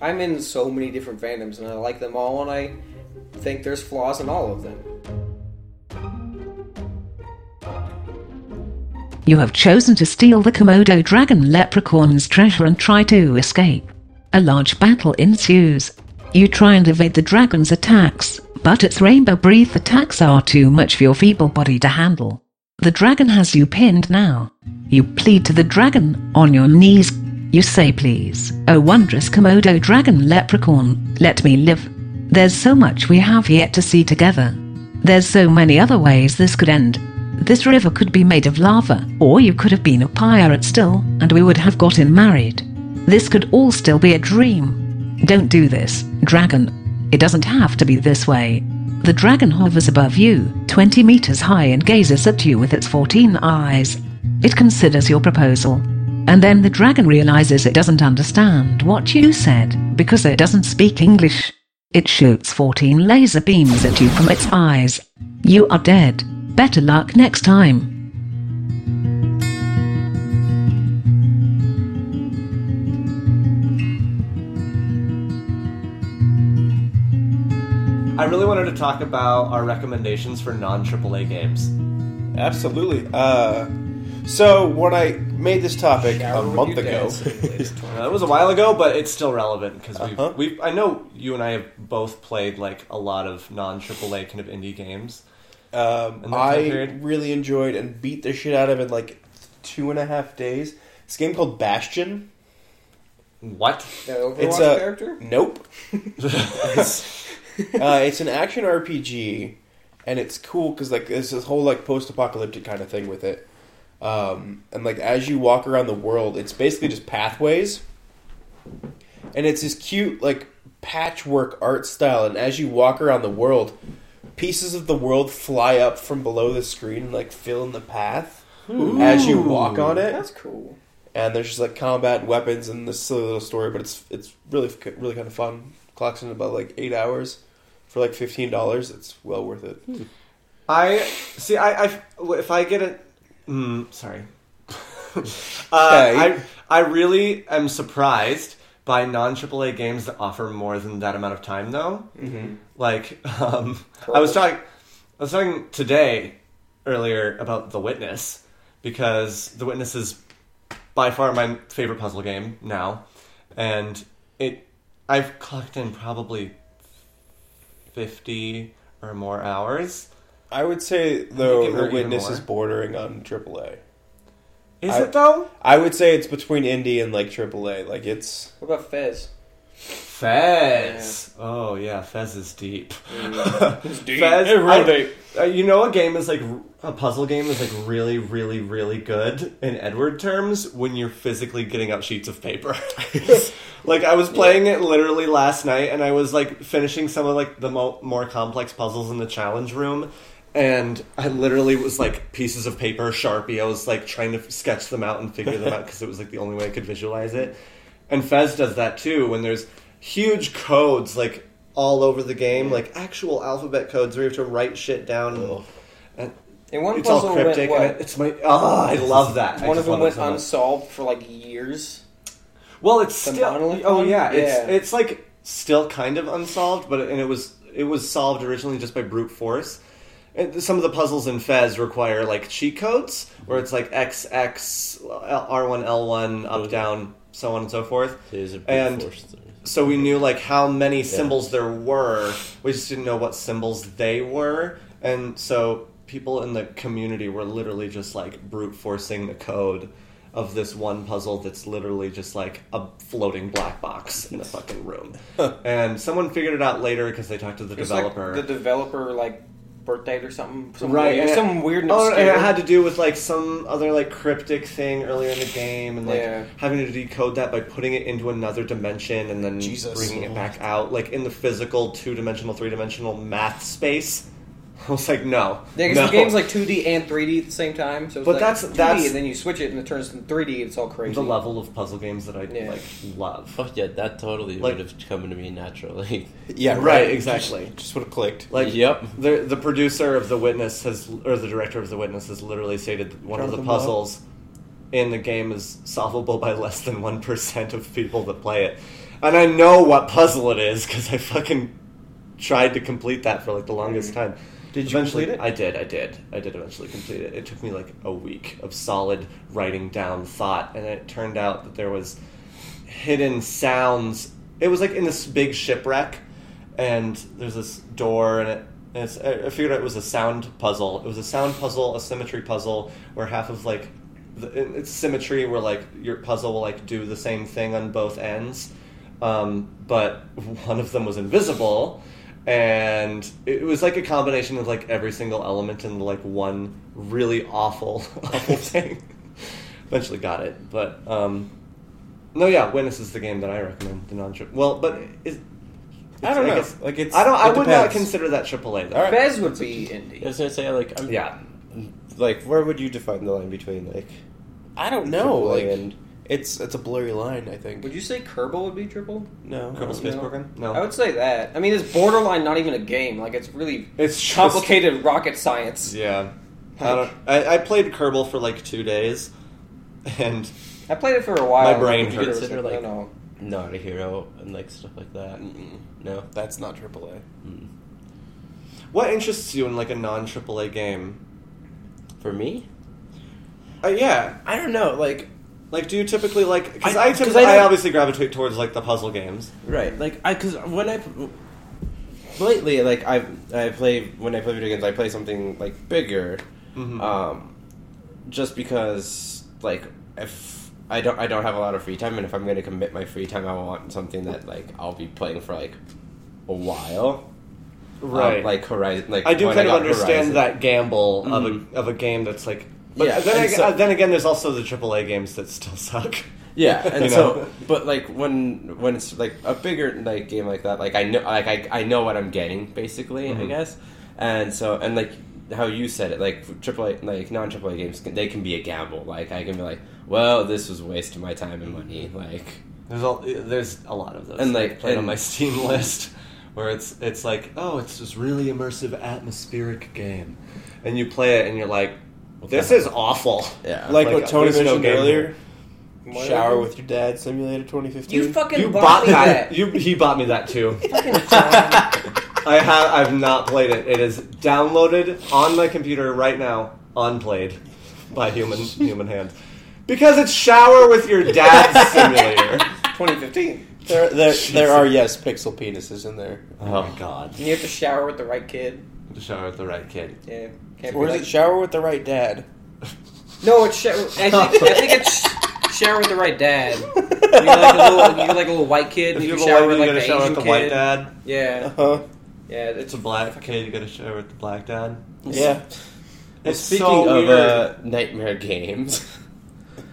I'm in so many different fandoms, and I like them all, and I think there's flaws in all of them. You have chosen to steal the Komodo dragon leprechaun's treasure and try to escape. A large battle ensues. You try and evade the dragon's attacks, but its rainbow breath attacks are too much for your feeble body to handle. The dragon has you pinned now. You plead to the dragon on your knees. You say, Please, O wondrous Komodo dragon leprechaun, let me live. There's so much we have yet to see together. There's so many other ways this could end. This river could be made of lava, or you could have been a pirate still, and we would have gotten married. This could all still be a dream. Don't do this, dragon. It doesn't have to be this way. The dragon hovers above you, 20 meters high, and gazes at you with its 14 eyes. It considers your proposal. And then the dragon realizes it doesn't understand what you said, because it doesn't speak English. It shoots 14 laser beams at you from its eyes. You are dead. Better luck next time. I really wanted to talk about our recommendations for non AAA games. Absolutely. Uh, so when I made this topic a month ago, Uh, That was a while ago, but it's still relevant because we Uh-huh. we I know you and I have both played like a lot of non AAA kind of indie games. um, In that time I period? really enjoyed and beat the shit out of in like two and a half days. This game called Bastion. What? That Overwatch It's a character? nope. it's, uh, it's an action RPG, and it's cool because like there's this whole like post-apocalyptic kind of thing with it. Um, and like as you walk around the world, it's basically just pathways, and it's this cute like patchwork art style. And as you walk around the world, pieces of the world fly up from below the screen and like fill in the path as you walk on it That's cool. and there's just like combat and weapons and this silly little story, but it's it's really really kind of fun. Clocks in about like eight hours for like fifteen dollars. It's well worth it. Hmm. I see. I, I if I get it, mm, sorry. uh, I I really am surprised by non AAA games that offer more than that amount of time, though. Mm-hmm. Like um, I was talking, I was talking today earlier about The Witness because The Witness is by far my favorite puzzle game now, and it I've clocked in probably fifty or more hours. I would say though, Maybe or the even witness more. is bordering on AAA. Is I- it though? I would say it's between indie and like AAA. Like it's What about Fez? Fez. Oh yeah, Fez is deep. Mm. deep. Fez, It's real I- deep. uh, you know, a game is like a puzzle game is like really, really, really good in Edward terms when you're physically getting out sheets of paper. like I was playing it literally last night, and I was like finishing some of like the mo- more complex puzzles in the challenge room. And I literally was like pieces of paper, sharpie. I was like trying to sketch them out and figure them out because it was like the only way I could visualize it. And Fez does that too when there's huge codes like all over the game, like actual alphabet codes where you have to write shit down. And, and And one it's all puzzle went cryptic. what? and it- it's my ah, I love that. I one of just them love went it so much. unsolved for like years. Well, it's The still. monolith Oh one? yeah, it's Yeah. it's like still kind of unsolved, but and it was it was solved originally just by brute force. And some of the puzzles in Fez require like cheat codes, where it's like X X R one L one up down so on and so forth. There's a brute and force thing. so we knew like how many symbols there were. We just didn't know what symbols they were, and so people in the community were literally just like brute forcing the code of this one puzzle that's literally just like a floating black box in a fucking room. and someone figured it out later because they talked to the It's developer. like the developer like birth date or something. Some Right, Weird, and it- some weird. and Oh, and obscure- it had to do with like some other like cryptic thing earlier in the game, and like Yeah. having to decode that by putting it into another dimension and then Jesus. bringing it back Oh. out, like in the physical two dimensional, three dimensional math space. I was like, no, Yeah, 'cause no. the game's like 2D and 3D at the same time. So it's But like that's- 2D, that's- and then you switch it and it turns into 3D. It's all crazy. the level of puzzle games that I Yeah. like love. Oh yeah, that totally Like- would have come to me naturally. yeah, Right, exactly. Just, just would have clicked. Like Yep. the the producer of the witness has or the director of the witness has literally stated that one of the Jonathan Blow. puzzles in the game is solvable by less than one percent of people that play it, and I know what puzzle it is because I fucking tried to complete that for like the longest time. Did Mm-hmm. you eventually, complete it? I did. I did. I did eventually complete it. It took me like a week of solid writing down thought, and it turned out that there was hidden sounds. It was like in this big shipwreck, and there's this door, and it. And it's, I I figured out it was a sound puzzle. It was a sound puzzle, a symmetry puzzle, where half of like, the, it- it's symmetry where like your puzzle will like do the same thing on both ends, um, but one of them was invisible, and it was like a combination of like every single element and like one really awful, awful thing. Eventually got it, but um, no, yeah, Witness is the game that I recommend. The non trip. Well, but is, I don't it's- know. guess- Like, it's- I don't. I it would not depends. consider that AAA though. All right. Fez would be I indie. was gonna say like I'm Yeah. like where would you define the line between like I don't know. AAA Like and it's it's a blurry line. I think. Would you say Kerbal would be triple? no. Kerbal Space No. Program. No, I would say that. I mean, it's borderline not even a game. Like it's really it's just- complicated rocket science. Yeah, I, don't, I, I played Kerbal for like two days, and I played it for a while. My brain Computer was hurts. no, no. not a hero and like stuff like that? No. That's not AAA. what interests you in like a non AAA game? For me, Uh, yeah, I don't know. Like like do you typically like? Because I- I, 'cause typically, I I, don't- obviously gravitate towards like the puzzle games. Right, like I, because when I lately, like I, I play when I play video games, I play something like bigger, Mm-hmm. um, just because like if I don't, I don't have a lot of free time, and if I'm going to commit my free time, I want something that like I'll be playing for like a while, Um, like Horizon, like I do when kind of got understand Horizon. that gamble of a of a game that's like. But Yeah, then, and I, so- then again, there's also the AAA games that still suck. Yeah, You and know? so, but like when when it's like a bigger like Mm-hmm. game like that, like I know like I, I know what I'm getting basically, I guess, and so and like how you said it, like AAA, like non AAA games, they can be a gamble. Like I can be like, well, this was a waste of my time and money. Like There's all there's a lot of those. And, that like, I've played on and- my Steam list, where it's it's like oh, it's this really immersive atmospheric game, and you play it and you're like, this is awful. yeah, Like, Like, what Tony there's no mentioned game earlier, Whatever. shower with your dad simulator 2015. You fucking You bought, bought me that. that. You he bought me that too. Fucking John. I have I've not played it. It is downloaded on my computer right now, unplayed by human human hand, because it's shower with your dad simulator. 2015. There, there, there are yes, pixel penises in there. Oh my god! you have to shower with the right kid. Shower with the right kid. Yeah. Can't Or is be like- it shower with the right dad? No, it's sho- I think, I think it's shower with the right dad. You're like a little, you're like a little white kid. and If You, you have a shower white with kid, like you the gotta shower Asian with the kid. white dad. Yeah, Huh? yeah. It's It's a black kid. You gotta shower with the black dad. Yeah. It's Speaking so of weird. uh, nightmare games,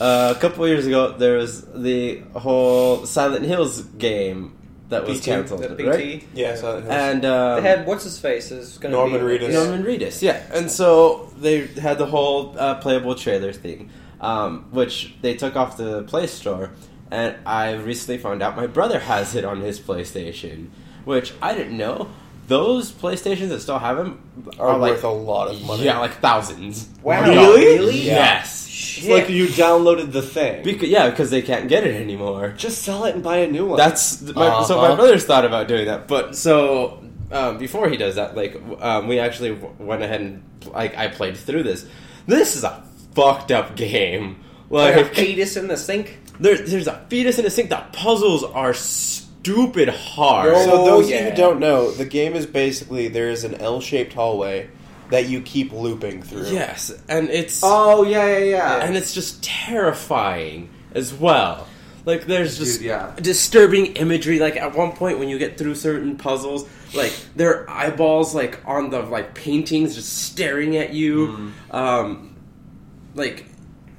uh, a couple years ago there was the whole Silent Hills game that was PT, canceled, the BT. right? Yeah. Silent Hills. And um, They had what's his face is gonna Norman be, Reedus. Yeah. Norman Reedus, yeah. And so they had the whole uh, playable trailer thing, um, which they took off the Play Store. And I recently found out my brother has it on his PlayStation, which I didn't know. Those PlayStations that still have them are are, like worth a lot of money. yeah, like thousands. Wow. Really? Yeah. Yes. It's like you downloaded the thing. Because, yeah, because they can't get it anymore. Just sell it and buy a new one. That's th- my, so. Uh-huh. My brother's thought about doing that, but so um, before he does that, like w- um, we actually w- went ahead and like I played through this. This is a fucked up game. Like a Like fetus in the sink. there's there's a fetus in a sink. The puzzles are stupid hard. So Oh, those of you yeah. who don't know, the game is basically there is an L-shaped hallway that you keep looping through. yes, and it's oh yeah, yeah, yeah. and it's just terrifying as well. Like there's just yeah. disturbing imagery. Like at one point when you get through certain puzzles, like their eyeballs like on the like paintings just staring at you. Mm-hmm. Um, like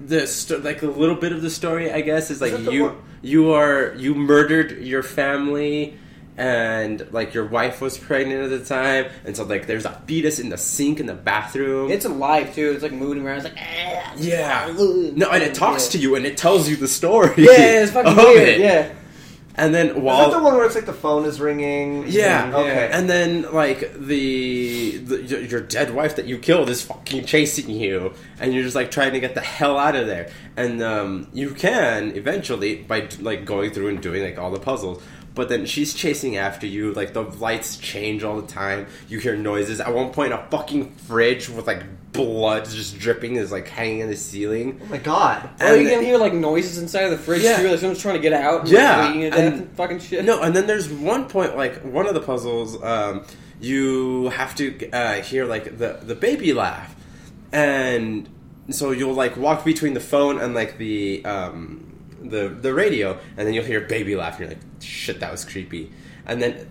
the sto- like a little bit of the story, I guess, is like that the you one- you are you murdered your family. And like your wife was pregnant at the time, and so like there's a fetus in the sink in the bathroom. It's alive too. It's like moving around. It's like ah. Yeah. No, and it talks to you and it tells you the story. Yeah, it's fucking of weird. it. Yeah, And then Is while that the one where it's like the phone is ringing? yeah, And- Okay. And then like the, the your your dead wife that you killed is fucking chasing you, and you're just like trying to get the hell out of there. And um, you can eventually by like going through and doing like all the puzzles. But then she's chasing after you. Like the lights change all the time. You hear noises. At one point, a fucking fridge with like blood just dripping is like hanging in the ceiling. oh my god. oh, you And- can hear like noises inside of the fridge. Yeah. Yeah, like someone's trying to get out. And, Yeah, like, bleeding to death and- and fucking shit. No, and then there's one point, like one of the puzzles, um, you have to uh, hear like the the baby laugh, and so you'll like walk between the phone and like the um, the the radio, and then you'll hear baby laugh, and you're like, shit, that was creepy, and then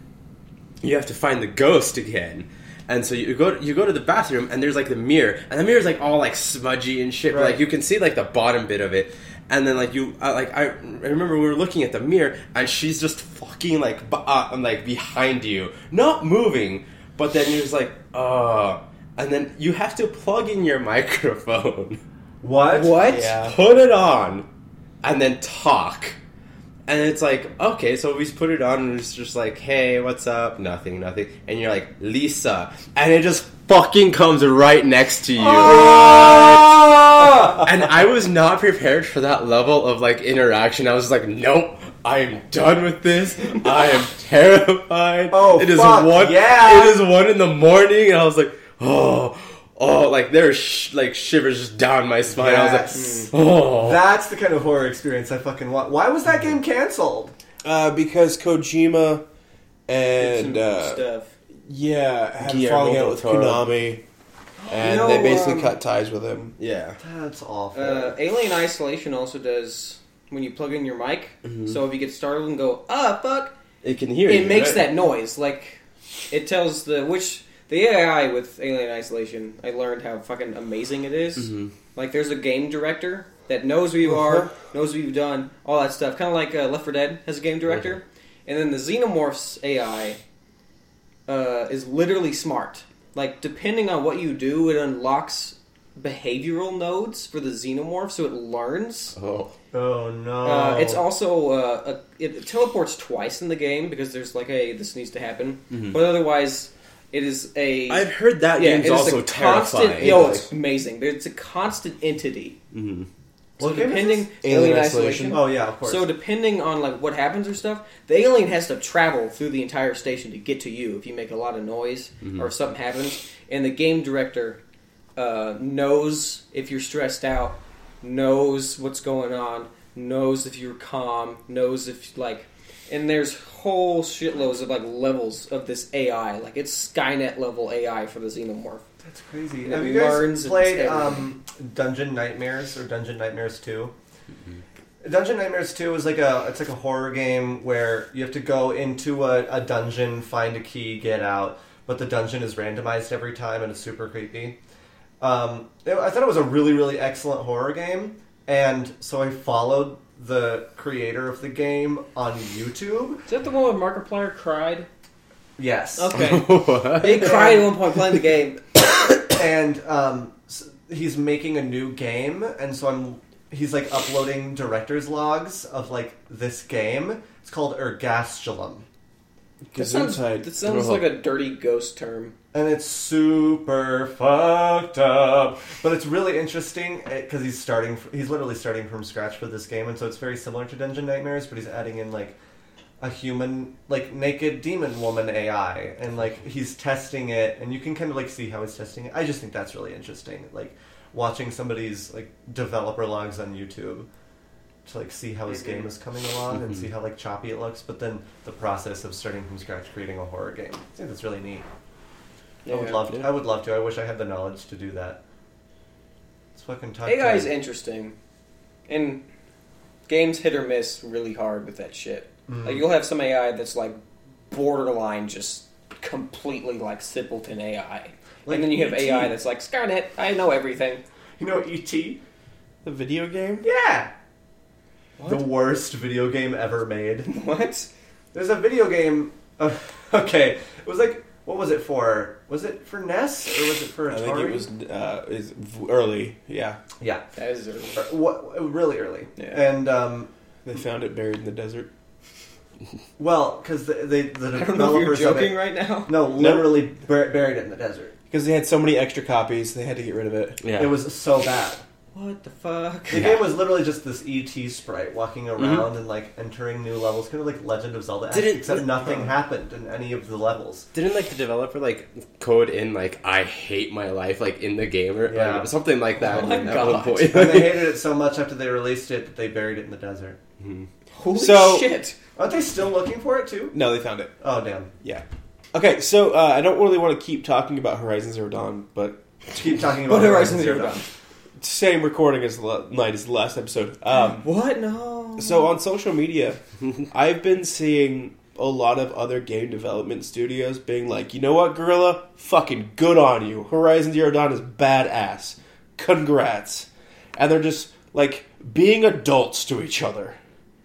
you have to find the ghost again. And so you go you go to the bathroom and there's like the mirror and the mirror's like all like smudgy and shit. But, Right. like you can see like the bottom bit of it. And then like you uh, like I, I remember we were looking at the mirror and she's just fucking like b- uh, and, like behind you, not moving. But then you're just like, uh and then you have to plug in your microphone, What? What? Yeah. put it on, and then talk. And it's like, okay, so we put it on and it's just like, hey, what's up? Nothing, nothing. And you're like, Lisa. And it just fucking comes right next to you. Ah! and I was not prepared for that level of like interaction. I was like, nope. I am done with this. I am terrified. Oh, it is fuck, one. yeah. It is one in the morning, and I was like, oh, oh, like there are sh- like shivers just down my spine. Yes. I was like, oh, That's the kind of horror experience I fucking want. Why was that game canceled? Uh, because Kojima and uh, stuff. yeah had Guillermo falling out del with Toro. Konami, and You know, they basically um, cut ties with him. yeah. That's awful. Uh, Alien Isolation also does when you plug in your mic. Mm-hmm. So if you get startled and go ah fuck, It can hear it you, makes right? that noise. Like it tells the which the AI with Alien Isolation. I learned how fucking amazing it is. Mm-hmm. Like there's a game director that knows who you are, Uh-huh. knows what you've done, all that stuff. Kind of like uh, Left 4 Dead has a game director, Uh-huh. and then the Xenomorphs AI uh, is literally smart. Like depending on what you do, it unlocks behavioral nodes for the xenomorph, so it learns. Oh, Oh no! Uh, it's also uh, a, it teleports twice in the game because there's like a this needs to happen, but otherwise it is a Mm-hmm. I've heard that yeah, game's it is also a terrifying. Constant, yo, it's amazing. There- It's a constant entity. Mm-hmm. So What game is depending this? Alien alien Isolation? isolation. oh yeah, of course. So depending on like what happens or stuff, the alien has to travel through the entire station to get to you if you make a lot of noise or if something happens. And the game director uh, knows if you're stressed out, knows what's going on, knows if you're calm, knows if like, and there's whole shitloads of like levels of this AI. Like it's Skynet level AI for the xenomorph. That's crazy. It Have you guys learns played and- um, Dungeon Nightmares or Dungeon Nightmares 2 Dungeon Nightmares Two is like a it's like a horror game where you have to go into a, a dungeon, find a key, get out, but the dungeon is randomized every time and it's super creepy. Um, it- I thought it was a really really excellent horror game, and so I followed the creator of the game on YouTube. Is that the one where Markiplier cried? Yes. Okay, they cried at one point playing the game. and um, s he's making a new game, and so I'm he's like uploading director's logs of like this game. It's called Ergastulum, That sounds, that sounds like a dirty ghost term. and it's super fucked up, but it's really interesting because he's starting. f- He's literally starting from scratch with this game, and so it's very similar to Dungeon Nightmares, but he's adding in like. A human, like naked demon woman AI, and like he's testing it, and you can kind of like see how he's testing it. I just think that's really interesting. Like, watching somebody's like developer logs on YouTube to like see how his game is coming along and see how like choppy it looks, but then the process of starting from scratch creating a horror game. I think that's really neat. I would Yeah. love to. I would love to. I wish I had the knowledge to do that. It's fucking tough. AI is to- interesting, and games hit or miss really hard with that shit. Like you'll have some AI that's like borderline, just completely like simpleton AI, Like E and then you have ET. AI that's like Skynet. I know everything. You know ET? The video game? Yeah. The worst video game ever made. What? There's a video game. Uh, okay, it was like what was it for? Was it for NES or was it for Atari? I think it was uh, is v- early. Yeah, Yeah, That is early. er, what, really early. Yeah. And um, they found it buried in the desert. well, because the, they the I don't know if you're developers of joking it, right now. no, literally bur- buried it in the desert. Because they had so many extra copies, they had to get rid of it. yeah. It was so bad. What the fuck? The game was literally just this ET sprite walking around and like entering new levels, kind of like Legend of Zelda, Mm-hmm. Didn't- Oh. except nothing happened in any of the levels. Didn't like the developer like code in like I hate my life like in the game or like, Yeah. something like that Oh my at God. one point. And they hated it so much after they released it that they buried it in the desert. Holy So- shit! Aren't they still looking for it too? No, they found it. Oh damn! Yeah. Okay, so uh, I don't really want to keep talking about Horizon Zero Dawn, but Keep talking about same recording as la- night as the last episode. Um, What? No. so on social media, I've been seeing a lot of other game development studios being like, you know what, Gorilla, fucking good on you. Horizon Zero Dawn is badass. Congrats. And they're just like being adults to each other.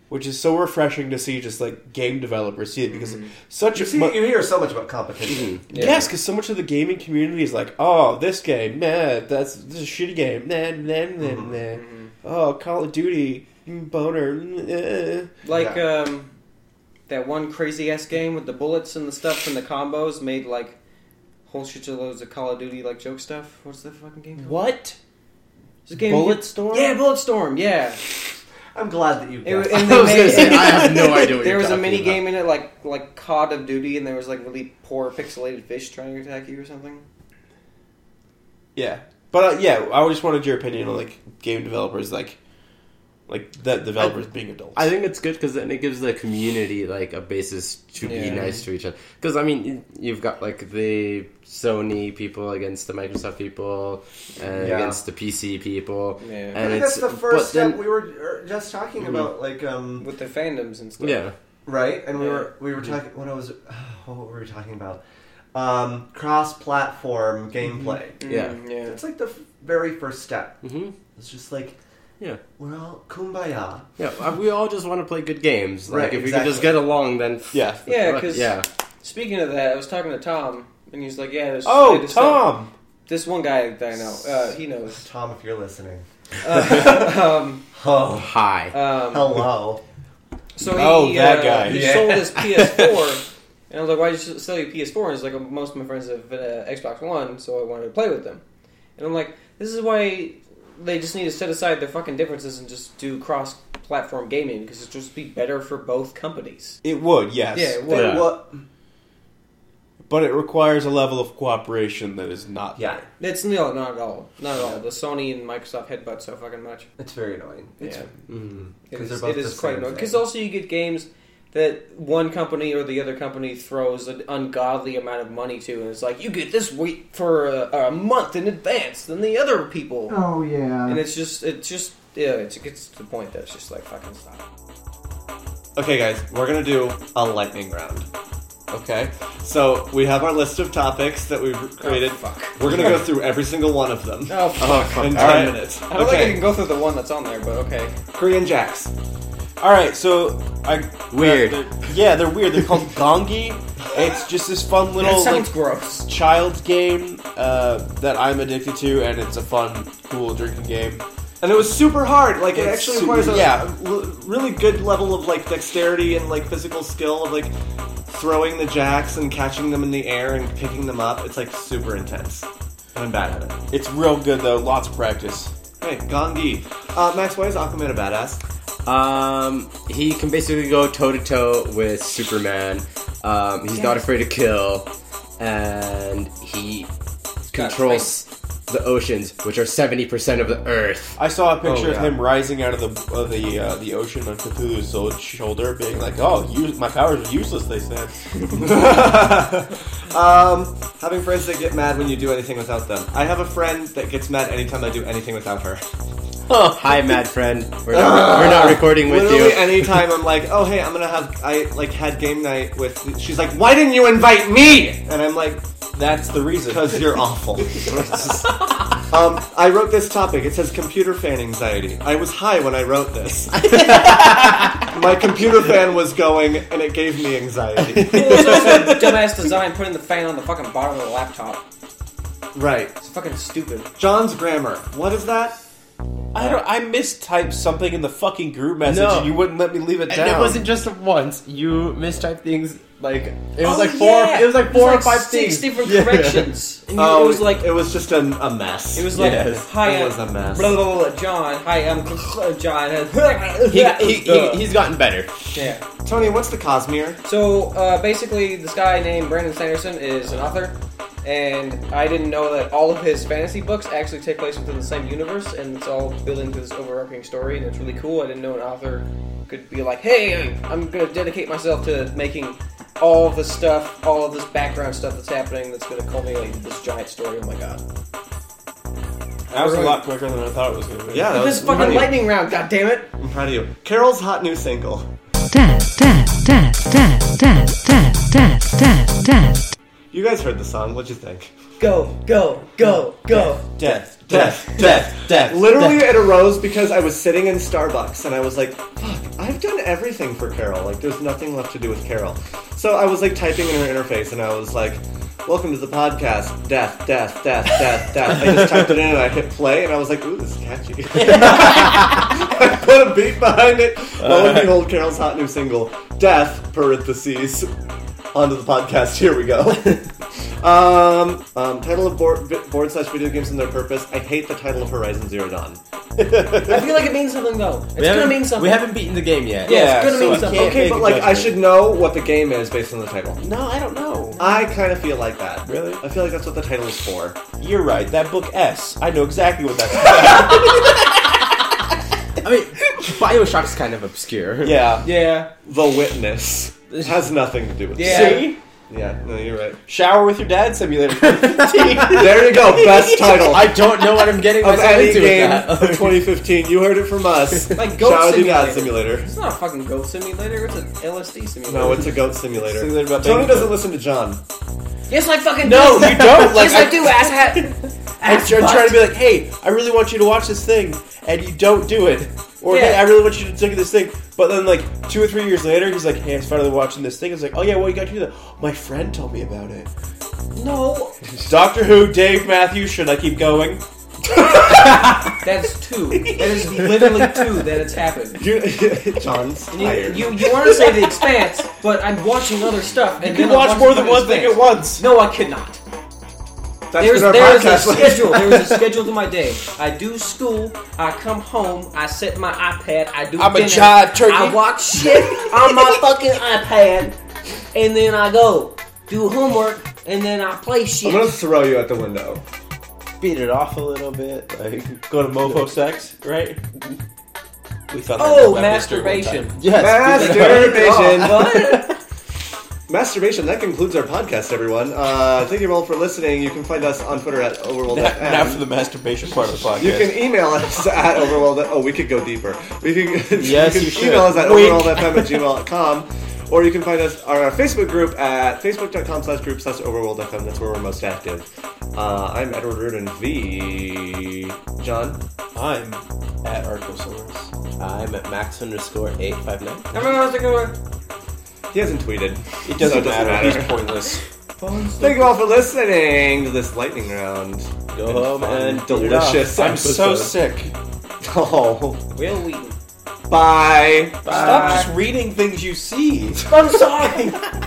Which is so refreshing to see, just like game developers see it because such Mm-hmm. You a see, mu- you hear so much about competition. Mm-hmm. Yes, because so much of the gaming community is like, oh, this game, nah, that's this is a shitty game, nah, nah, nah, Mm-hmm, nah. Oh, Call of Duty, mm, boner. mm, eh. Like um, that one crazy ass game with the bullets and the stuff and the combos made like whole shit loads of Call of Duty like joke stuff. What's the fucking game? Called? What? It's a game Bulletstorm? Yeah, Bulletstorm. Yeah. I'm glad that you. It, guys. and I they was gonna made, say I have no idea. What there you're was a talking mini about. game in it like like Cod of Duty, and there was like really poor pixelated fish trying to attack you or something. Yeah, but uh, yeah, I just wanted your opinion on like game developers, like, like that developers being adults. I think it's good because then it gives the community like a basis to be Yeah. nice to each other. Because I mean, you've got like the Sony people against the Microsoft people and Yeah. against the PC people, Yeah. I and I think it's that's the but first then- Mm-hmm. step we were er, just talking about, like um, With the fandoms and stuff. yeah, Mm-hmm. Right, and we Yeah. were we were talking. What I was, what were we talking about? Um, cross-platform gameplay. yeah, Mm, yeah. It's like the f- very first step. hmm It's just like yeah, we're all kumbaya. yeah. uh, We all just want to play good games. Like Right, if we can exactly. just get along, then f- Yeah. Yeah, fuck- 'cause- yeah, Speaking of that, I was talking to Tom And he's like, yeah, there's I Oh, just don't- Tom. This one guy that I know, uh, he knows. Tom, if you're listening. Um, Oh, Hi. um, hello. so he, Oh, that uh, guy. He Yeah. sold his PS4, and I was like, "Why did you sell your PS4?" And he's like, "Most of my friends have uh, Xbox One, so I wanted to play with them." And I'm like, "This is why they just need to set aside their fucking differences and just do cross-platform gaming because it'd just be better for both companies." It would, yes. Yeah, it would. But Yeah. what? But it requires a level of cooperation that is not Yeah, It's no, not at all, not at all. The Sony and Microsoft headbutt so fucking much. it's very annoying. It's Yeah. Mm. It 'Cause is, they're both it is the quite same annoying. thing. Because also you get games that one company or the other company throws an ungodly amount of money to, and it's like you get this week for a, a month in advance than the other people. Oh yeah. And it's just, it's just, yeah, it gets to the point that it's just like fucking stop. Okay, guys, we're gonna do a lightning round. Okay, so we have our list of topics that we've created. Oh, fuck. We're gonna go through every single one of them Oh, fuck. in ten Alright. minutes. I don't think I Okay, can go through the one that's on there, but okay. Korean jacks. All right, so I Weird. they're- yeah, they're weird. They're called gongi. It's just this fun That little sounds like, gross. child game uh, that I'm addicted to, and it's a fun, cool drinking game. And it was super hard. Like it It's actually super- requires a, yeah. a l- really good level of like dexterity and like physical skill of like throwing the jacks and catching them in the air and picking them up. It's like super intense. And I'm bad at it. It's real good though. Lots of practice. Hey, Gongi. Uh, Max, why is Aquaman a badass? Um, he can basically go toe to toe with Superman. Um, he's not afraid to kill, and he controls the oceans, which are seventy percent of the Earth. I saw a picture Oh, of yeah. him rising out of the of the uh, the ocean on Cthulhu's old shoulder, being like, "Oh, use, my powers are useless." They said. Um, having friends that get mad when you do anything without them. I have a friend that gets mad anytime I do anything without her. Hi, mad friend. We're not, we're not recording with Literally you. anytime I'm like, oh hey, I'm gonna have I like had game night with. She's like, why didn't you invite me? And I'm like, That's the reason. Because you're awful. um, I wrote this topic. It says computer fan anxiety. I was high when I wrote this. My computer fan was going, and it gave me anxiety. Well, it's also dumbass design putting the fan on the fucking bottom of the laptop. right. It's fucking stupid. John's grammar. What is that? I don't. I mistyped something in the fucking group message, No. and you wouldn't let me leave it down. And it wasn't just once. You mistyped things like it was Oh, like four. yeah. It was like four It or was like five things. six different Yeah. corrections. And you- Oh, it was like Oh, it was just an, a mess. It was like, Yes, hi, it I'm was a mess. Blah, blah, blah, John. Hi, I'm John. He, he, he, he's gotten better. yeah. Tony. What's the Cosmere? So uh, basically, this guy named Brandon Sanderson is an author, and I didn't know that all of his fantasy books actually take place within the same universe, and it's all building to this overarching story, and it's really cool. I didn't know an author could be like, hey, I'm gonna dedicate myself to making all of this stuff, all of this background stuff that's happening, that's gonna culminate into this giant story. Oh my god! That was a lot quicker than I thought it was going to be. Yeah, that This was, is I'm proud of fucking you. lightning round, god damn it! I'm proud of you. Carol's hot new single. Dad, dad, dad, dad, dad, dad, dad, dad, dad. You guys heard the song. What'd you think? Go, go, go, go! Death, death, death, death. Literally, it arose because I was sitting in Starbucks and I was like, fuck, I've done everything for Carol. Like, there's nothing left to do with Carol. So I was like typing in her interface and I was like, welcome to the podcast, death, death, death, death, death. I just typed it in and I hit play and I was like, ooh, this is catchy. I put a beat behind it. Lo and behold, Carol's hot new single, Death, parentheses, onto the podcast. Here we go. Um, um, title of board, vi- board slash video games and their purpose. I hate the title of Horizon Zero Dawn. I feel like it means something though. It's We gonna haven't- mean something. We haven't beaten the game yet. Yeah, Yeah, it's gonna so mean I something. can't- Okay, Okay, but make a like I judgment. should know what the game is based on the title. No, I don't know. I kind of feel like that. Really? I feel like that's what the title is for. You're right. That book S. I know exactly what that's about. I mean, Bioshock's kind of obscure. yeah. yeah. The Witness has nothing to do with Yeah. It. See? Yeah. No, you're right. Shower with your dad simulator. for 15. There you go. Best title I don't know what I'm getting of myself any into game with of that. 2015. You heard it from us. Like Goat Shower the Simulator. God Simulator. It's not a fucking Goat Simulator. It's an LSD simulator. No, it's a goat simulator. Simulator about Tony being- doesn't listen to John. yes, I fucking no, do. you don't. Like, yes, I, do. Ass hat. I'm Ass tr- I'm butt. trying to be like, hey, I really want you to watch this thing, and you don't do it. Or Yeah. hey, I really want you to take this thing. But then, like, two or three years later, he's like, hey, I'm finally watching this thing. It's like, oh yeah, well, you got to do that. My friend told me about it. No, Doctor Who, Dave Matthews. Should I keep going? that's two. That is literally two that it's happened. You, John's You, tired. you, you want to say the expanse, but I'm watching other stuff. And you then I'm watch more watching than The one thing at Expanse. once. No, I could not. That's There's, been our there's a podcast. schedule. There is a schedule to my day. I do school. I come home. I set my iPad. I do. I'm a dinner, jive turkey. I watch shit on my fucking iPad, and then I go do homework, and then I play I'm shit. gonna throw you at the window. Beat it off a little bit. Like, Go to mofo sex, right? We thought that oh, about Mister one masturbation. Oh, time. yes, beat it off. Masturbation. What? Masturbation. That concludes our podcast, everyone. Uh, thank you all for listening. You can find us on Twitter at overworld. Not, not for the masturbation part of the podcast. You can email us at overworld. Oh, we could go deeper. We can, Yes, you you can should. email us at Wink. overworldfm at gmail.com. Or you can find us on our Facebook group at facebook.com slash group slash overworldfm. That's where we're most active. Uh, I'm Edward Reardon V. John. I'm at Arcosaurus. I'm at max underscore eight five nine. He hasn't tweeted. It doesn't, So it doesn't matter. matter. He's pointless. Thank you all for listening to this lightning round. Go home fun, and delicious. I'm so episode. sick. Oh. Will Wheaton. Bye. Stop just reading things you see. I'm sorry.